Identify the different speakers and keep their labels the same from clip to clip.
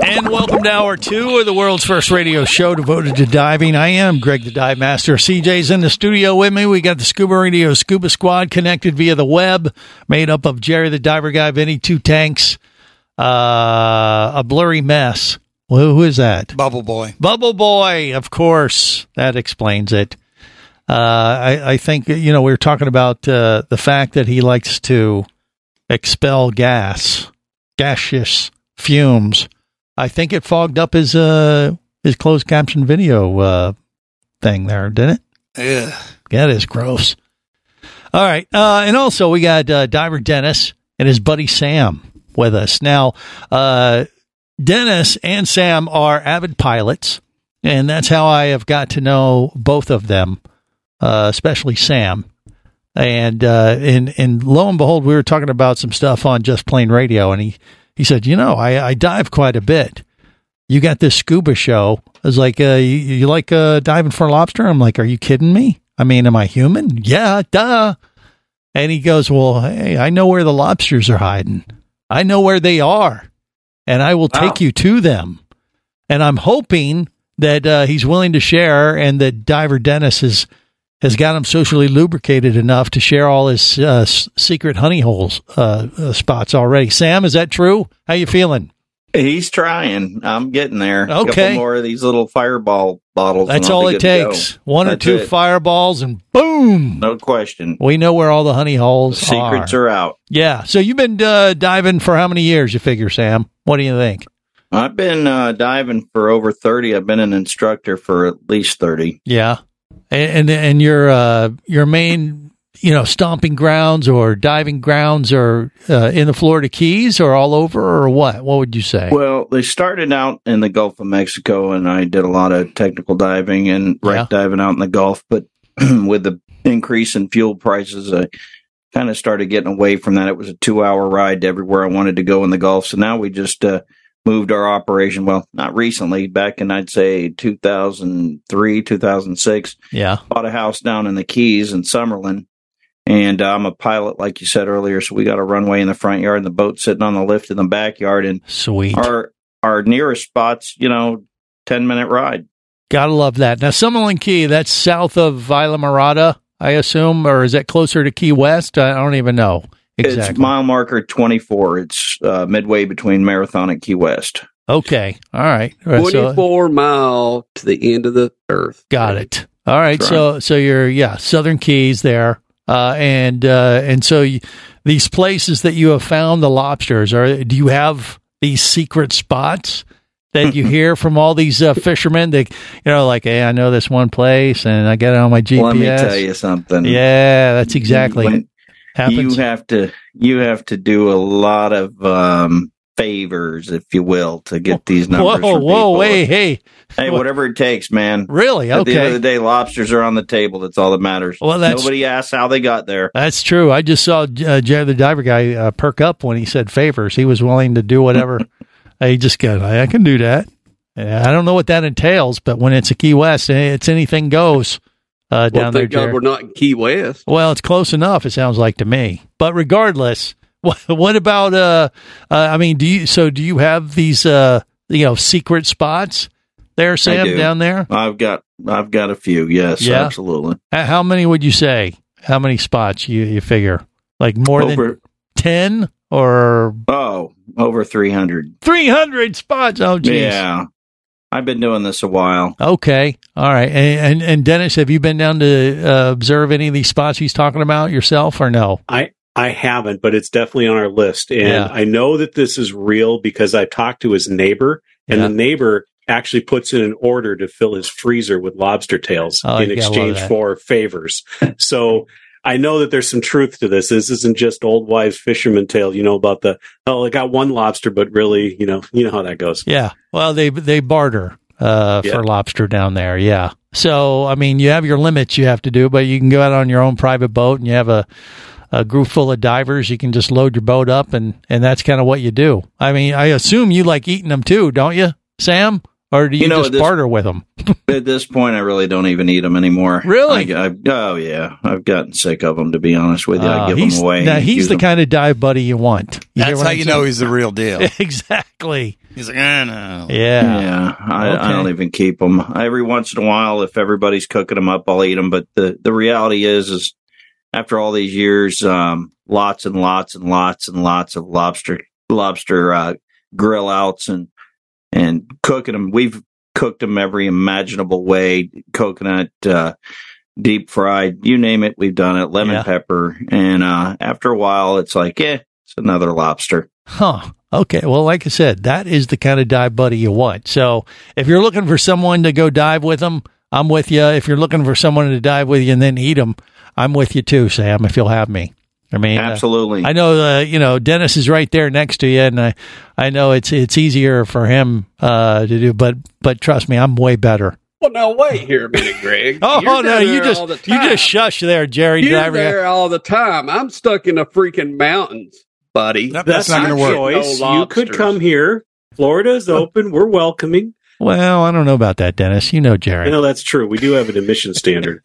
Speaker 1: And welcome to hour two of the world's first radio show devoted to diving. I am Greg the Dive Master. CJ's in the studio with me. We got the Scuba Radio Scuba Squad connected via the web, made up of Jerry the Diver Guy, Vinny Two Tanks, uh, a blurry mess. Well, who is that?
Speaker 2: Bubble Boy.
Speaker 1: Bubble Boy, of course. That explains it. Uh, I, I think, you know, we were talking about uh, the fact that he likes to expel gas, gaseous fumes. I think it fogged up his uh, his closed caption video uh, thing there, didn't it?
Speaker 2: Ugh.
Speaker 1: That is gross. All right. Uh, and also, we got uh, Diver Dennis and his buddy Sam with us. Now, uh, Dennis and Sam are avid pilots, and that's how I have got to know both of them, uh, especially Sam. And, uh, and and lo and behold, we were talking about some stuff on Just Plain Radio, and he, he said, You know, I, I dive quite a bit. You got this scuba show. I was like, uh, you, you like uh, diving for lobster? I'm like, Are you kidding me? I mean, am I human? Yeah, duh. And he goes, Well, hey, I know where the lobsters are hiding. I know where they are, and I will take you to them. And I'm hoping that uh, he's willing to share and that Diver Dennis has, has got him socially lubricated enough to share all his uh, s- secret honey holes uh, uh, spots already. Sam, is that true? How you feeling?
Speaker 3: He's trying. I'm getting there.
Speaker 1: Okay.
Speaker 3: Couple more of these little fireball bottles. and
Speaker 1: That's
Speaker 3: I'll
Speaker 1: all
Speaker 3: be good
Speaker 1: it
Speaker 3: to
Speaker 1: takes.
Speaker 3: go.
Speaker 1: One
Speaker 3: That's
Speaker 1: or two
Speaker 3: it.
Speaker 1: fireballs and boom.
Speaker 3: No question.
Speaker 1: We know where all the honey holes
Speaker 3: Secrets
Speaker 1: are.
Speaker 3: are out.
Speaker 1: Yeah. So you've been uh, diving for how many years, you figure, Sam? What do you think?
Speaker 3: I've been uh, diving for over 30. I've been an instructor for at least 30.
Speaker 1: Yeah, and and, and your uh, your main you know stomping grounds or diving grounds are uh, in the Florida Keys or all over or what? What would you say?
Speaker 3: Well, they started out in the Gulf of Mexico, and I did a lot of technical diving and wreck
Speaker 1: Yeah.
Speaker 3: diving out in the Gulf. But with the increase in fuel prices, I kind of started getting away from that. It was a two hour ride to everywhere I wanted to go in the Gulf. So now we just uh, moved our operation, well, not recently, back in, I'd say, 2003, 2006
Speaker 1: yeah,
Speaker 3: bought a house down in the Keys in Summerlin. And uh, I'm a pilot, like you said earlier. So we got a runway in the front yard and the boat sitting on the lift in the backyard. And
Speaker 1: sweet.
Speaker 3: our our nearest spots, you know, 10 minute ride.
Speaker 1: Gotta love that. Now, Summerlin Key, that's south of Isla Mirada, I assume, or is that closer to Key West? I I don't even know exactly.
Speaker 3: It's mile marker 24. It's uh, midway between Marathon and Key West.
Speaker 1: okay, all right. All right, so-
Speaker 4: 24 mile to the end of the earth.
Speaker 1: Got it. All right.
Speaker 3: That's
Speaker 1: So so you're yeah, Southern Keys there. Uh, and uh, and so you, these places that you have found the lobsters are do you have these secret spots that you hear from all these uh, fishermen that you know like hey I know this one place and I got it on my GPS.
Speaker 3: Let me tell you something.
Speaker 1: Yeah, that's exactly
Speaker 3: When you
Speaker 1: happens.
Speaker 3: have to you have to do a lot of um, favors, if you will, to get these
Speaker 1: whoa,
Speaker 3: numbers.
Speaker 1: whoa,
Speaker 3: from people.
Speaker 1: hey, hey,
Speaker 3: Hey, whatever it takes, man.
Speaker 1: really?
Speaker 3: At the end of the
Speaker 1: Okay,
Speaker 3: day, lobsters are on the table. That's all that matters.
Speaker 1: Well, that's-
Speaker 3: nobody asks how they got there.
Speaker 1: that's true. I just saw uh, Jerry the diver guy uh, perk up when he said favors. He was willing to do whatever. I just go, I can do that. Yeah, I don't know what that entails, but when it's a Key West, eh, it's anything goes uh,
Speaker 4: Well,
Speaker 1: down there.
Speaker 4: thank God
Speaker 1: Jerry.
Speaker 4: we're not in Key West.
Speaker 1: Well, it's close enough. It sounds like to me. But regardless, what, what about? Uh, uh, I mean, do you? So do you have these? Uh, you know, secret spots there, Sam,
Speaker 3: do.
Speaker 1: down there.
Speaker 3: I've got I've got a few. Yes,
Speaker 1: Yeah.
Speaker 3: absolutely.
Speaker 1: H- How many would you say? How many spots you you figure? Like more than
Speaker 3: Over
Speaker 1: ten or
Speaker 3: Oh, over 300.
Speaker 1: 300 spots. Oh, geez.
Speaker 3: Yeah. I've been doing this a while.
Speaker 1: Okay. All right. And, and and Dennis, have you been down to uh, observe any of these spots he's talking about yourself or no?
Speaker 2: I I haven't, but it's definitely on our list, and
Speaker 1: Yeah.
Speaker 2: I know that this is real because I talked to his neighbor, and
Speaker 1: Yeah.
Speaker 2: the neighbor actually puts in an order to fill his freezer with lobster tails
Speaker 1: Oh,
Speaker 2: in
Speaker 1: you gotta love
Speaker 2: exchange
Speaker 1: that.
Speaker 2: for favors. so. I know that there's some truth to this. This isn't just old wives fisherman tale, you know about the oh, I got one lobster, but really, you know, you know how that goes.
Speaker 1: Yeah. Well, they they barter uh,
Speaker 2: Yeah.
Speaker 1: for lobster down there. Yeah. So I mean, you have your limits you have to do, but you can go out on your own private boat and you have a a group full of divers. You can just load your boat up and and that's kind of what you do. I mean, I assume you like eating them too, don't you, Sam? Or do you,
Speaker 3: You know,
Speaker 1: just
Speaker 3: this-
Speaker 1: barter with them?
Speaker 3: At this point, I really don't even eat them anymore.
Speaker 1: Really?
Speaker 3: I, I, oh, yeah. I've gotten sick of them, to be honest with you. I give them away.
Speaker 1: Now
Speaker 3: and
Speaker 1: Uh, he's
Speaker 3: use
Speaker 1: the
Speaker 3: 'em.
Speaker 1: kind of dive buddy you want. You hear
Speaker 5: That's
Speaker 1: what
Speaker 5: how
Speaker 1: I'm
Speaker 5: you
Speaker 1: saying?
Speaker 5: know he's the real deal.
Speaker 1: exactly.
Speaker 5: He's like, I know.
Speaker 1: Yeah.
Speaker 3: Yeah, I,
Speaker 1: Okay.
Speaker 3: I don't even keep them. Every once in a while, if everybody's cooking them up, I'll eat them. But the the reality is, is after all these years, um, lots and lots and lots and lots of lobster lobster uh, grill outs and and cooking them. We've cooked them every imaginable way: coconut, uh, deep fried, you name it. We've done it. Lemon
Speaker 1: Yeah.
Speaker 3: pepper, and uh, after a while, it's like, eh, it's another lobster.
Speaker 1: Huh. Okay. Well, like I said, that is the kind of dive buddy you want. So if you're looking for someone to go dive with them, I'm with you. If you're looking for someone to dive with you and then eat them, I'm with you too, Sam, if you'll have me. I mean, uh,
Speaker 3: Absolutely.
Speaker 1: I know, uh, you know, Dennis is right there next to you, and I, I know it's it's easier for him uh, to do, but but trust me, I'm way better.
Speaker 4: Well, now wait here a minute, Greg.
Speaker 1: Oh
Speaker 4: You're
Speaker 1: no,
Speaker 4: down
Speaker 1: you
Speaker 4: there all the
Speaker 1: just you
Speaker 4: time.
Speaker 1: just shush there, Jerry
Speaker 4: You're
Speaker 1: Diver.
Speaker 4: there all the time. I'm stuck in the freaking mountains, buddy.
Speaker 5: Nope, that's, not
Speaker 2: your
Speaker 5: going to work.
Speaker 2: choice.
Speaker 4: No
Speaker 2: you could
Speaker 4: lobsters.
Speaker 2: come here. Florida's open. We're welcoming.
Speaker 1: Well, I don't know about that, Dennis. You know Jerry.
Speaker 2: I know that's true. We do have an admission standard.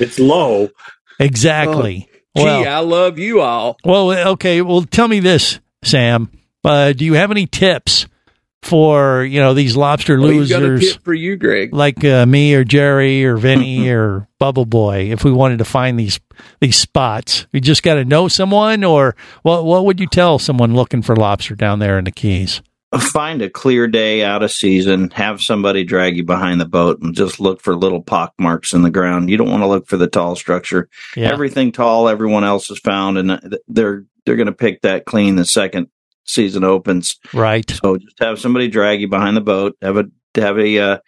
Speaker 2: it's low.
Speaker 1: exactly.
Speaker 4: Gee,
Speaker 1: well,
Speaker 4: I love you all.
Speaker 1: Well, okay. Well, tell me this, Sam. Uh, do you have any tips for you know these lobster
Speaker 4: We've got a
Speaker 1: losers
Speaker 4: tip for you, Greg.
Speaker 1: like uh, me or Jerry or Vinny or Bubble Boy? If we wanted to find these these spots, we just got to know someone. Or what? What would you tell someone looking for lobster down there in the Keys?
Speaker 3: find a clear day out of season, have somebody drag you behind the boat and just look for little pock marks in the ground. You don't want to look for the tall structure.
Speaker 1: Yeah.
Speaker 3: Everything tall everyone else has found and uh, th- they're they're going to pick that clean the second season opens.
Speaker 1: right.
Speaker 3: So just have somebody drag you behind the boat, have a have a uh,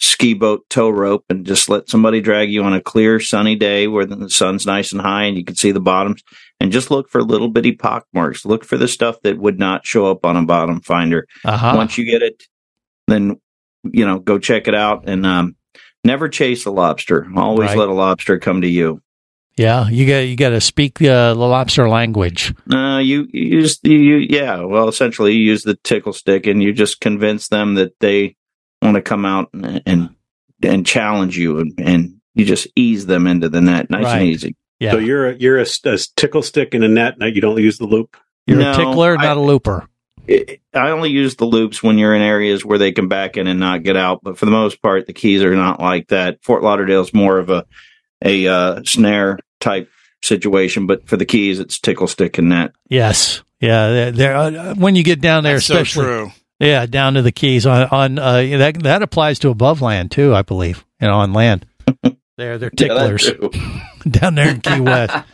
Speaker 3: ski boat tow rope and just let somebody drag you on a clear sunny day where the sun's nice and high and you can see the bottoms and just look for little bitty pock marks. Look for the stuff that would not show up on a bottom finder
Speaker 1: Uh huh.
Speaker 3: once you get it then you know go check it out and um never chase a lobster always
Speaker 1: Right.
Speaker 3: let a lobster come to you
Speaker 1: Yeah. You got you got to speak uh, the lobster language.
Speaker 3: uh you you just you, you yeah well essentially you use the tickle stick and you just convince them that they want to come out and and, and challenge you and, and you just ease them into the net nice
Speaker 1: Right.
Speaker 3: and easy
Speaker 1: Yeah.
Speaker 2: So you're a, you're a, s- a tickle stick in a net. No, you don't use the loop.
Speaker 1: You're a
Speaker 3: No,
Speaker 1: tickler,
Speaker 3: I-
Speaker 1: not a looper.
Speaker 3: it, I only use the loops when you're in areas where they can back in and not get out. But for the most part, the keys are not like that. Fort Lauderdale's more of a a uh, snare type situation, but for the keys, it's tickle stick and net.
Speaker 1: Yes. Yeah. They're, they're, uh, when you get down there,
Speaker 5: That's so
Speaker 1: especially.
Speaker 5: true.
Speaker 1: Yeah, down to the keys on on uh, that that applies to above land too, I believe, and on land. They're they're ticklers down there in Key West.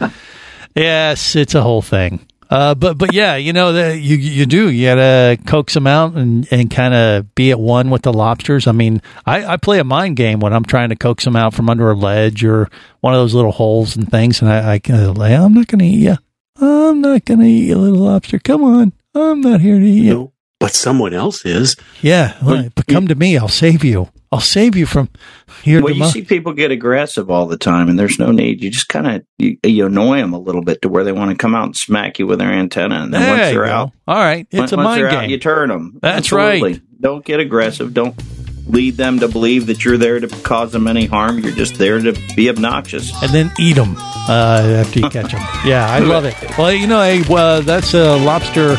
Speaker 1: yes, it's a whole thing. Uh, but but yeah, you know the, you you do you gotta coax them out and, and kind of be at one with the lobsters. I mean, I, I play a mind game when I'm trying to coax them out from under a ledge or one of those little holes and things, and I, I can lay. I'm not gonna eat you. I'm not gonna eat you, little lobster. Come on, I'm not here to eat you.
Speaker 2: No, but someone else is.
Speaker 1: Yeah,
Speaker 3: Well,
Speaker 1: right. but come to me. I'll save you. I'll save you from here
Speaker 3: Well,
Speaker 1: to
Speaker 3: you see people get aggressive all the time, and there's no need. You just kind of you, you annoy them a little bit to where they want to come out and smack you with their antenna, and then once they're out,
Speaker 1: All right, it's
Speaker 3: once
Speaker 1: a mind
Speaker 3: they're
Speaker 1: game.
Speaker 3: out, you turn them.
Speaker 1: Oh, That's right.
Speaker 3: Don't get aggressive. Don't lead them to believe that you're there to cause them any harm. You're just there to be obnoxious.
Speaker 1: and then eat them uh, after you catch them. Yeah, I love it. Well, you know, hey, well, that's uh, lobster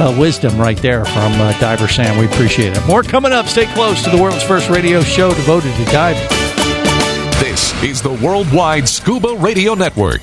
Speaker 1: uh, wisdom right there from uh, Diver Sam. We appreciate it. More coming up. Stay close to the world's first radio show devoted to diving.
Speaker 6: This is the Worldwide Scuba Radio Network.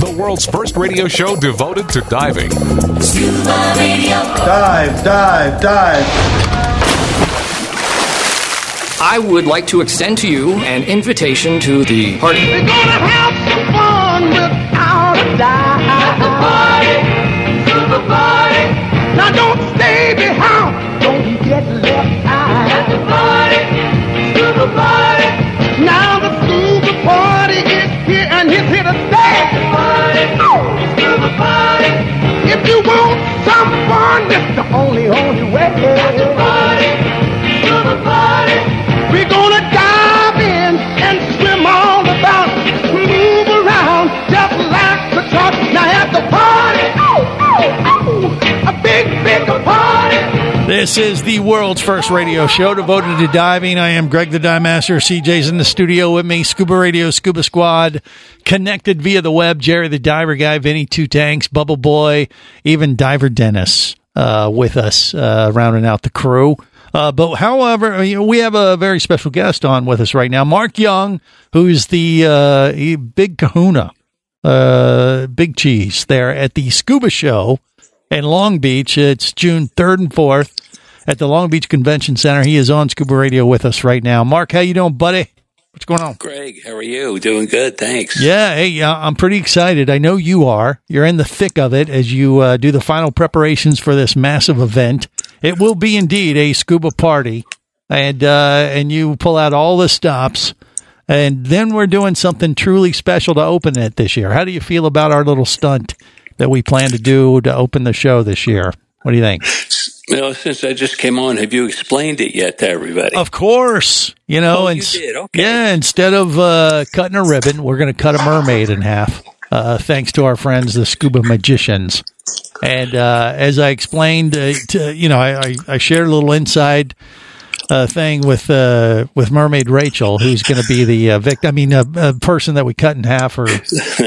Speaker 6: The world's first radio show devoted to diving.
Speaker 7: Scuba Radio,
Speaker 8: Dive, dive, dive.
Speaker 9: I would like to extend to you an invitation to the party.
Speaker 10: Now don't stay behind. Don't you get left out. At the party, scuba party. Now the scuba party is here and it's here to stay. At the party, scuba party. If you want some fun, it's the only only way. At the party, scuba party. We're gonna dive in and swim all about, move around just like the truck. Now at the party, a big, big party.
Speaker 1: This is the world's first radio show devoted to diving. I am Greg the Dive Master. CJ's in the studio with me. Scuba Radio, Scuba Squad, connected via the web. Jerry the Diver Guy, Vinny Two Tanks, Bubble Boy, even Diver Dennis uh, with us, uh, rounding out the crew. Uh, but however, you know, we have a very special guest on with us right now, Mark Young, who's the uh, he- big kahuna, uh, big cheese there at the Scuba Show in Long Beach. It's June 3rd and 4th at the Long Beach Convention Center. He is on Scuba Radio with us right now. Mark, how you doing, buddy? What's going on?
Speaker 11: Greg, how are you? Doing good, thanks.
Speaker 1: Yeah, hey, uh, I'm pretty excited. I know you are. You're in the thick of it as you uh, do the final preparations for this massive event. It will be indeed a scuba party, and uh, and you pull out all the stops, and then we're doing something truly special to open it this year. How do you feel about our little stunt that we plan to do to open the show this year? What do you think?
Speaker 11: You know, since I just came on, have you explained it yet to everybody?
Speaker 1: Of course, you know,
Speaker 11: Oh,
Speaker 1: and
Speaker 11: you
Speaker 1: s-
Speaker 11: did, okay.
Speaker 1: yeah, instead of uh, cutting a ribbon, we're going to cut a mermaid in half. Uh, thanks to our friends, the scuba magicians. And uh, as I explained, uh, to, you know, I, I, I shared a little inside uh, thing with uh, with Mermaid Rachel, who's going to be the uh, victim. I mean, a, a person that we cut in half, or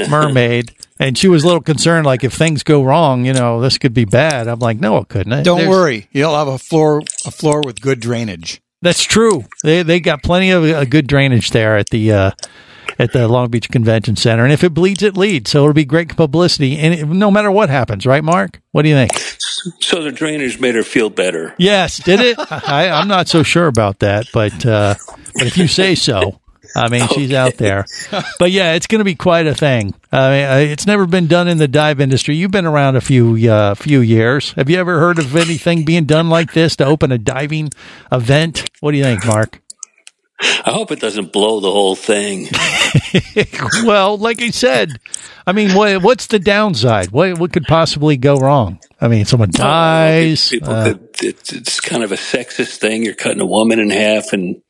Speaker 1: mermaid. And she was a little concerned, like if things go wrong, you know, this could be bad. I'm like, no, it couldn't. It-
Speaker 12: Don't
Speaker 1: there's-
Speaker 12: worry, you'll have a floor a floor with good drainage.
Speaker 1: That's true. They they got plenty of uh, good drainage there at the uh, at the Long Beach Convention Center, and if it bleeds, it leads. So it'll be great publicity, and it, no matter what happens, right, Mark? What do you think?
Speaker 11: So the drainage made her feel better.
Speaker 1: Yes, did it? I, I'm not so sure about that, but uh, but if you say so, I mean she's out there. But yeah, it's going to be quite a thing. I mean, uh, it's never been done in the dive industry. You've been around a few uh, few years. Have you ever heard of anything being done like this to open a diving event? What do you think, Mark?
Speaker 11: I hope it doesn't blow the whole thing.
Speaker 1: well, like I said, I mean, what, what's the downside? What what could possibly go wrong? I mean, someone dies.
Speaker 11: People
Speaker 1: uh,
Speaker 11: could- it's, it's kind of a sexist thing. You're cutting a woman in half, and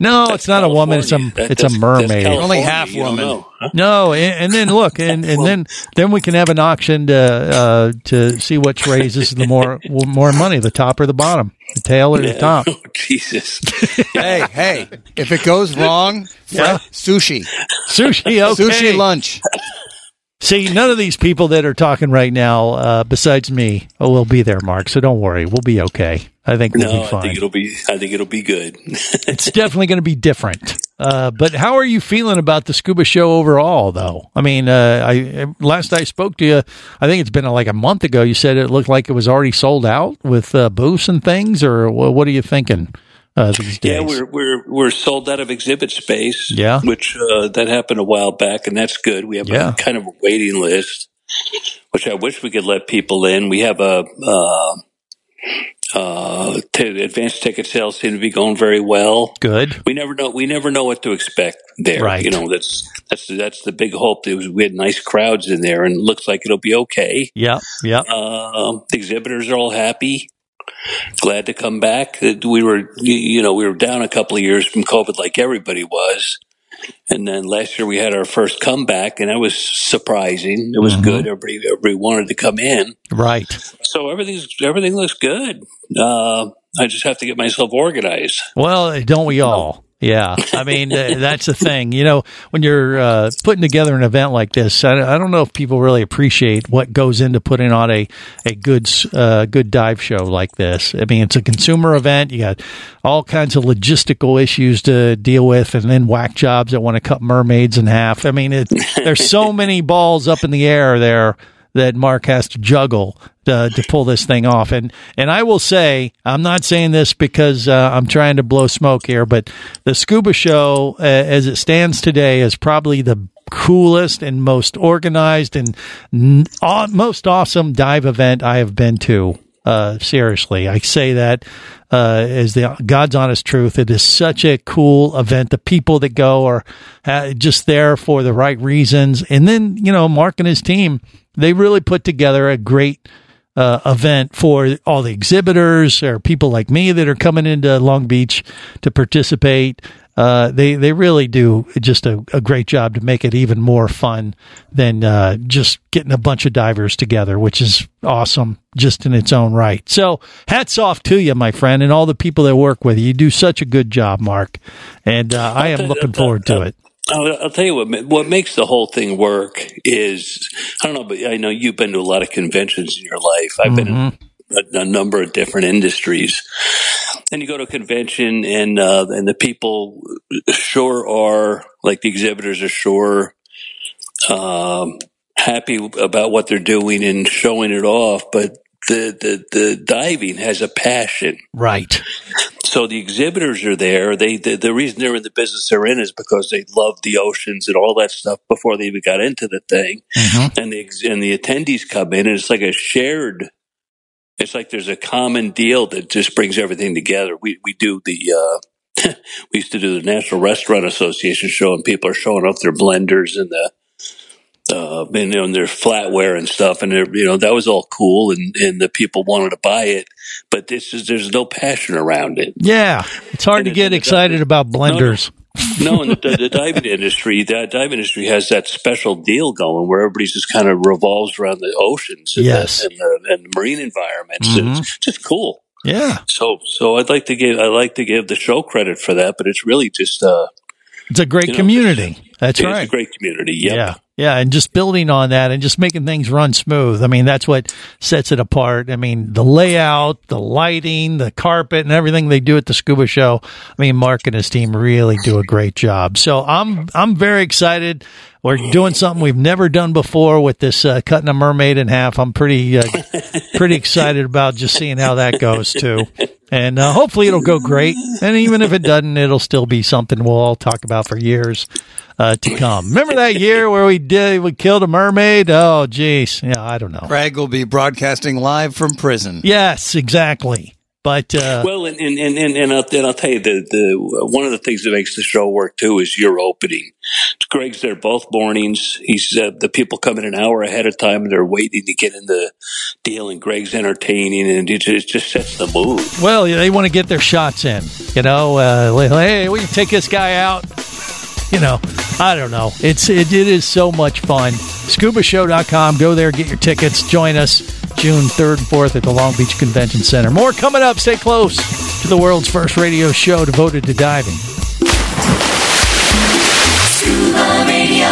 Speaker 1: No, it's not a woman. It's a
Speaker 11: That-
Speaker 1: it's a
Speaker 11: that's- that's
Speaker 1: mermaid.
Speaker 11: California. Only half You don't woman. know,
Speaker 1: No, and, and then look, and, and then then we can have an auction to uh, to see which raises the more more money, the top or the bottom, the tail or the
Speaker 11: Yeah.
Speaker 1: top.
Speaker 11: Oh, Jesus.
Speaker 12: hey, hey, if it goes wrong,
Speaker 1: Yeah.
Speaker 12: sushi.
Speaker 1: Sushi, okay.
Speaker 12: Sushi lunch.
Speaker 1: See, none of these people that are talking right now, uh, besides me, oh, will be there, Mark. So don't worry, we'll be okay. I think we'll
Speaker 11: no,
Speaker 1: be
Speaker 11: I think
Speaker 1: fine.
Speaker 11: it'll be. I think it'll be good.
Speaker 1: it's definitely going to be different. Uh, but how are you feeling about the scuba show overall, though? I mean, uh, I last I spoke to you, I think it's been uh, like a month ago. You said it looked like it was already sold out with uh, booths and things, or wha- what are you thinking uh, these days?
Speaker 11: Yeah, we're we're we're sold out of exhibit space.
Speaker 1: Yeah.
Speaker 11: which uh, that happened a while back, and that's good. We have
Speaker 1: Yeah.
Speaker 11: a kind of a waiting list, which I wish we could let people in. We have a uh, uh, t- advanced ticket sales seem to be going very well.
Speaker 1: Good.
Speaker 11: We never know. We never know what to expect there.
Speaker 1: Right.
Speaker 11: You know, that's that's that's the big hope. It was we had nice crowds in there, and it looks like it'll be okay.
Speaker 1: Yeah, yeah.
Speaker 11: Uh, the exhibitors are all happy, glad to come back. Uh, We were, y- you know, we were down a couple of years from COVID, like everybody was. And then last year we had our first comeback, and that was surprising. It was
Speaker 1: Mhm.
Speaker 11: good. Everybody, everybody wanted to come in,
Speaker 1: Right.
Speaker 11: so everything's everything looks good. Uh, I just have to get myself organized.
Speaker 1: Well, don't we all? Yeah. I mean, th- that's the thing. You know, when you're uh, putting together an event like this, I, I don't know if people really appreciate what goes into putting on a, a good, s- uh, good dive show like this. I mean, it's a consumer event. You got all kinds of logistical issues to deal with, and then whack jobs that want to cut mermaids in half. I mean, it, there's so many balls up in the air there that Mark has to juggle uh, to pull this thing off. And and I will say, I'm not saying this because uh, I'm trying to blow smoke here, but the scuba show, uh, as it stands today, is probably the coolest and most organized and n- aw- most awesome dive event I have been to. Uh, seriously, I say that uh, as the God's honest truth. It is such a cool event. The people that go are uh, just there for the right reasons, and then you know Mark and his team they really put together a great uh, event for all the exhibitors or people like me that are coming into Long Beach to participate. Uh, they they really do just a, a great job to make it even more fun than uh, just getting a bunch of divers together, which is awesome just in its own right. So hats off to you, my friend, and all the people that work with you. You do such a good job, Mark, and uh, I am looking forward to it.
Speaker 11: I'll, I'll tell you what. ma- What makes the whole thing work is I don't know, but I know you've been to a lot of conventions in your life. I've been
Speaker 1: Mm-hmm.
Speaker 11: in a, a number of different industries, and you go to a convention, and uh, and the people sure are like the exhibitors are sure um, happy about what they're doing and showing it off, but. The, the the diving has a passion
Speaker 1: Right.
Speaker 11: so the exhibitors are there. They the, the reason they're in the business they're in is because they love the oceans and all that stuff before they even got into the thing. And the ex- and the attendees come in, and it's like a shared. It's like there's a common deal that just brings everything together. We we do the. Uh, we used to do the National Restaurant Association show, and people are showing off their blenders and the uh, and, you know, and their flatware and stuff, and they're- you know that was all cool, and, and the people wanted to buy it, but this is there's no passion around it.
Speaker 1: Yeah, it's hard to get excited about blenders.
Speaker 11: No, and the, the diving industry, that dive industry has that special deal going where everybody's just kind of revolves around the oceans and,
Speaker 1: Yes.
Speaker 11: the, and, the, and the marine environments. and
Speaker 1: Mhm.
Speaker 11: It's just cool.
Speaker 1: Yeah,
Speaker 11: So, so I'd like to give I like to give the show credit for that, but it's really just uh,
Speaker 1: it's a great
Speaker 11: You know,
Speaker 1: community. That's
Speaker 11: it's
Speaker 1: right.
Speaker 11: a great community. Yep.
Speaker 1: Yeah, Yeah, and just building on that and just making things run smooth. I mean, that's what sets it apart. I mean, the layout, the lighting, the carpet, and everything they do at the scuba show. I mean, Mark and his team really do a great job. So I'm I'm very excited. We're doing something we've never done before with this uh, cutting a mermaid in half. I'm pretty uh, pretty excited about just seeing how that goes too, and uh, hopefully it'll go great. And even if it doesn't, it'll still be something we'll all talk about for years uh, to come. Remember that year where we did we killed a mermaid? Oh, geez, yeah, I don't know.
Speaker 12: Craig will be broadcasting live from prison.
Speaker 1: Yes, exactly. But uh,
Speaker 11: well, and and and and, and, I'll, and I'll tell you the the one of the things that makes the show work too is your opening. Greg's there both mornings. He's uh, the people come in an hour ahead of time. and They're waiting to get in the deal, and Greg's entertaining, and it just, it just sets the mood.
Speaker 1: well, yeah, they want to get their shots in. You know, uh, like, hey, we can take this guy out. You know, I don't know. It's it, it is so much fun. ScubaShow.com. Go there, get your tickets, join us June third and fourth at the Long Beach Convention Center. More coming up. Stay close to the world's first radio show devoted to diving.
Speaker 7: Scuba Radio.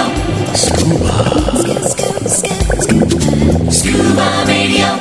Speaker 7: Scuba. Scuba, scuba, scuba. Scuba Radio.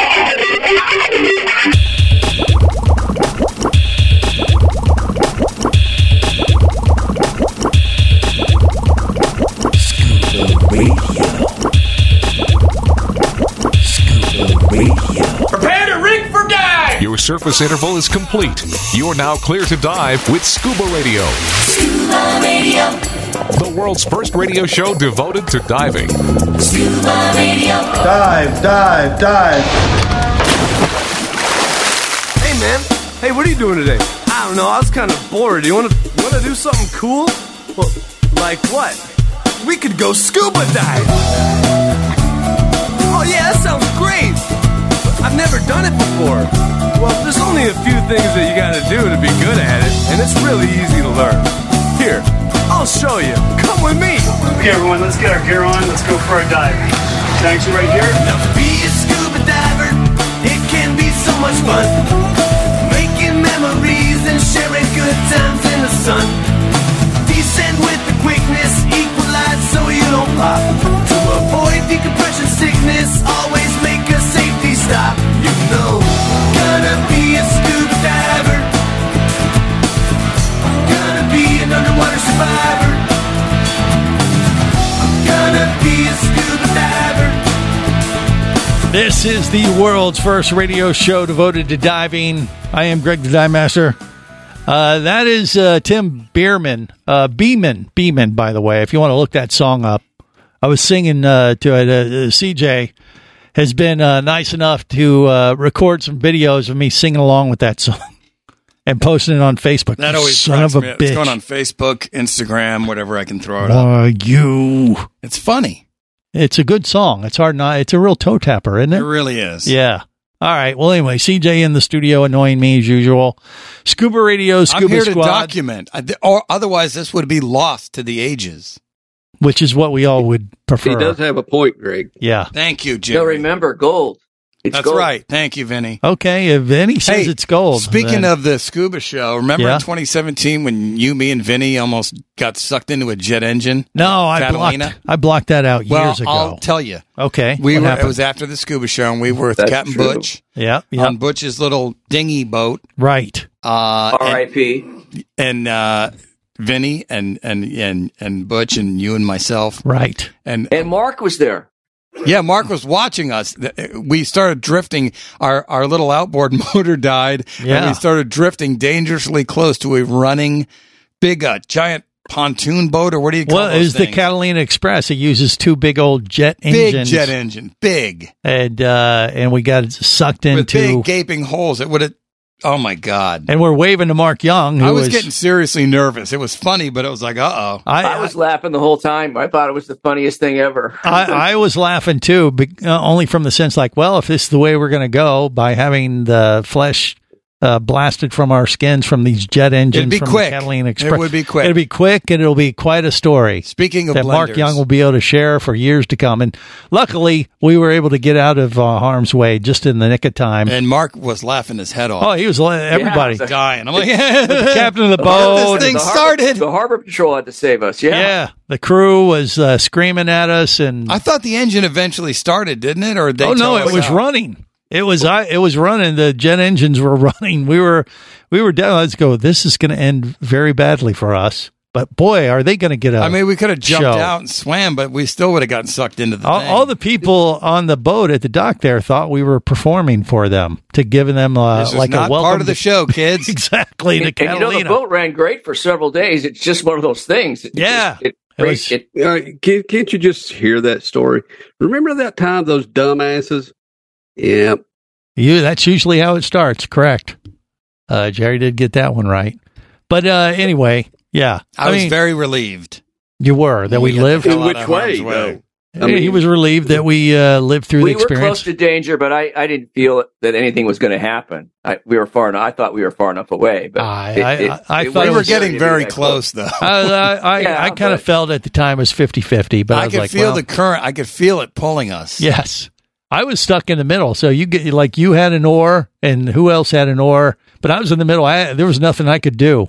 Speaker 10: Prepare to rig for dive!
Speaker 6: Your surface interval is complete. You are now clear to dive with Scuba Radio,
Speaker 7: Scuba Radio.
Speaker 6: the world's first radio show devoted to diving.
Speaker 7: Scuba Radio.
Speaker 8: Dive, dive, dive.
Speaker 13: Hey man, hey, what are you doing today? I don't know. I was kind of bored. You want to want to do something cool? Well, like what? We could go scuba dive. Oh yeah, that sounds great. I've never done it before. Well, there's only a few things that you got to do to be good at it, and it's really easy to learn. Here, I'll show you. Come with me.
Speaker 14: Okay, everyone, let's get our gear on. Let's go for a dive. Thanks, you right here.
Speaker 13: Be a scuba diver, it can be so much fun. Making memories and sharing good times in the sun. Descend with the quickness, equalize so you don't pop. To avoid decompression sickness, always make a safety stop. You know, gonna be a scuba diver. Gonna be an underwater survivor. Gonna be a scuba diver.
Speaker 1: This is the world's first radio show devoted to diving. I am Greg the Dive Master. Uh, that is uh, Tim Bierman, uh, Beeman, Beeman, by the way, if you want to look that song up. I was singing uh, to it. Uh, uh, CJ has been uh, nice enough to uh, record some videos of me singing along with that song and posting it on Facebook.
Speaker 12: That
Speaker 1: You
Speaker 12: always
Speaker 1: son
Speaker 12: cracks
Speaker 1: of a
Speaker 12: me up. It's
Speaker 1: bitch.
Speaker 12: going on Facebook, Instagram, whatever I can throw it up.
Speaker 1: Are you?
Speaker 12: It's funny.
Speaker 1: It's a good song. It's hard not. It's a real toe tapper, isn't it?
Speaker 12: It really is.
Speaker 1: Yeah. All right. Well, anyway, CJ in the studio annoying me as usual. Scuba Radio, Scuba
Speaker 12: I'm here
Speaker 1: Squad,
Speaker 12: to document, I, th- or otherwise this would be lost to the ages.
Speaker 1: which is what we all would prefer.
Speaker 4: He does have a point, Greg.
Speaker 1: Yeah.
Speaker 12: Thank you,
Speaker 9: Now
Speaker 12: Jerry.
Speaker 9: remember, gold. It's
Speaker 12: That's
Speaker 9: gold.
Speaker 12: right. Thank you, Vinny.
Speaker 1: Okay. If Vinny says
Speaker 12: Hey,
Speaker 1: it's gold.
Speaker 12: Speaking
Speaker 1: then-
Speaker 12: of the scuba show, remember
Speaker 1: Yeah.
Speaker 12: in 2017 when you, me, and Vinny almost got sucked into a jet engine?
Speaker 1: no, I
Speaker 12: Catalina?
Speaker 1: blocked. I blocked that out
Speaker 12: Well,
Speaker 1: years ago.
Speaker 12: I'll tell you.
Speaker 1: okay.
Speaker 12: We
Speaker 1: what
Speaker 12: were, it
Speaker 1: happened?
Speaker 12: was after the scuba show, and we were with
Speaker 9: That's
Speaker 12: Captain
Speaker 9: true.
Speaker 12: Butch
Speaker 1: yeah. Yeah.
Speaker 12: on Butch's little dinghy boat.
Speaker 1: right.
Speaker 12: Uh, and-
Speaker 9: R.I.P.
Speaker 12: and uh, Vinny and and and and Butch and you and myself.
Speaker 1: Right.
Speaker 12: And
Speaker 15: and Mark was there.
Speaker 12: Yeah, Mark was watching us. We started drifting. Our our little outboard motor died,
Speaker 1: Yeah.
Speaker 12: and we started drifting dangerously close to a running, big, uh, giant pontoon boat, or what do you call
Speaker 1: Well, it
Speaker 12: those
Speaker 1: was the
Speaker 12: things?
Speaker 1: Catalina Express. It uses two big old jet
Speaker 12: big
Speaker 1: engines.
Speaker 12: jet engine, big
Speaker 1: And uh, and we got sucked into
Speaker 12: big gaping holes. It would have. Oh my god!
Speaker 1: and we're waving to Mark Young. Who
Speaker 12: I was, getting seriously nervous. It was funny, but it was like, uh oh.
Speaker 15: I, was laughing the whole time. I thought it was the funniest thing ever.
Speaker 1: I, I was laughing too, but, uh, only from the sense like, well, if this is the way we're going to go by having the flesh uh, blasted from our skins from these jet engines,
Speaker 12: be
Speaker 1: from the
Speaker 12: quick.
Speaker 1: Catalina
Speaker 12: It
Speaker 1: Express,
Speaker 12: would be quick.
Speaker 1: It'll be quick, and it'll be quite a story.
Speaker 12: Speaking of
Speaker 1: that, Mark
Speaker 12: blenders.
Speaker 1: Young will be able to share for years to come. And luckily, we were able to get out of uh, harm's way just in the nick of time.
Speaker 12: And Mark was laughing his head off.
Speaker 1: Oh, he was la- everybody.
Speaker 12: was dying. I'm like,
Speaker 1: The captain of the boat.
Speaker 12: This thing
Speaker 15: The harbor-
Speaker 12: started.
Speaker 15: The harbor patrol had to save us. Yeah.
Speaker 1: yeah, the crew was uh, screaming at us, and
Speaker 12: I thought the engine eventually started, didn't it? Or they
Speaker 1: oh
Speaker 12: tell
Speaker 1: no, it
Speaker 12: us
Speaker 1: was
Speaker 12: out?
Speaker 1: running. It was I. It was running. The jet engines were running. We were we were down. Let's go. This is going to end very badly for us. But boy, are they going to get a
Speaker 12: I mean, we could have jumped
Speaker 1: show.
Speaker 12: out and swam, but we still would have gotten sucked into the
Speaker 1: All,
Speaker 12: thing.
Speaker 1: all the people on the boat at the dock there thought we were performing for them to give them uh,
Speaker 12: This is
Speaker 1: like
Speaker 12: not
Speaker 1: a welcome
Speaker 12: part of the
Speaker 1: to-
Speaker 12: show, kids.
Speaker 1: exactly.
Speaker 15: And,
Speaker 1: The
Speaker 15: and you know, the
Speaker 1: Catalina.
Speaker 15: boat ran great for several days. It's just one of those things. It
Speaker 1: Yeah.
Speaker 15: just- it-
Speaker 1: It was-
Speaker 15: it-
Speaker 4: Uh, can't, can't you just hear that story? Remember that time those dumbasses? Yeah.
Speaker 1: You, that's usually how it starts. Correct. Uh, Jerry did get that one right. But uh, anyway, yeah.
Speaker 12: I, was very relieved.
Speaker 1: you were that we,
Speaker 12: got the
Speaker 1: lived.
Speaker 12: hell out
Speaker 4: Which
Speaker 12: of
Speaker 4: way,
Speaker 12: harm's
Speaker 4: though? I mean-
Speaker 1: he was relieved that we uh, lived through
Speaker 15: we
Speaker 1: the
Speaker 15: were close
Speaker 1: experience.
Speaker 15: to danger, but I, I didn't feel that anything was going to happen. I, we were far enough. I thought we were far enough away, but
Speaker 1: I-
Speaker 15: it-
Speaker 1: I-
Speaker 15: it-
Speaker 1: I
Speaker 15: it was
Speaker 1: thought it
Speaker 12: We were
Speaker 1: was
Speaker 15: scary to
Speaker 12: getting
Speaker 15: be
Speaker 12: very
Speaker 15: that
Speaker 12: close, though.
Speaker 1: I, I,
Speaker 15: Yeah,
Speaker 1: I, I kind of
Speaker 15: but-
Speaker 1: felt at the time it was 50 50, but I,
Speaker 12: I
Speaker 1: was
Speaker 12: could
Speaker 1: like,
Speaker 12: feel
Speaker 1: well,
Speaker 12: the current. I could feel it pulling us.
Speaker 1: yes. I was stuck in the middle. So you get, like, you had an oar, and who else had an oar? But I was in the middle. I, there was nothing I could do.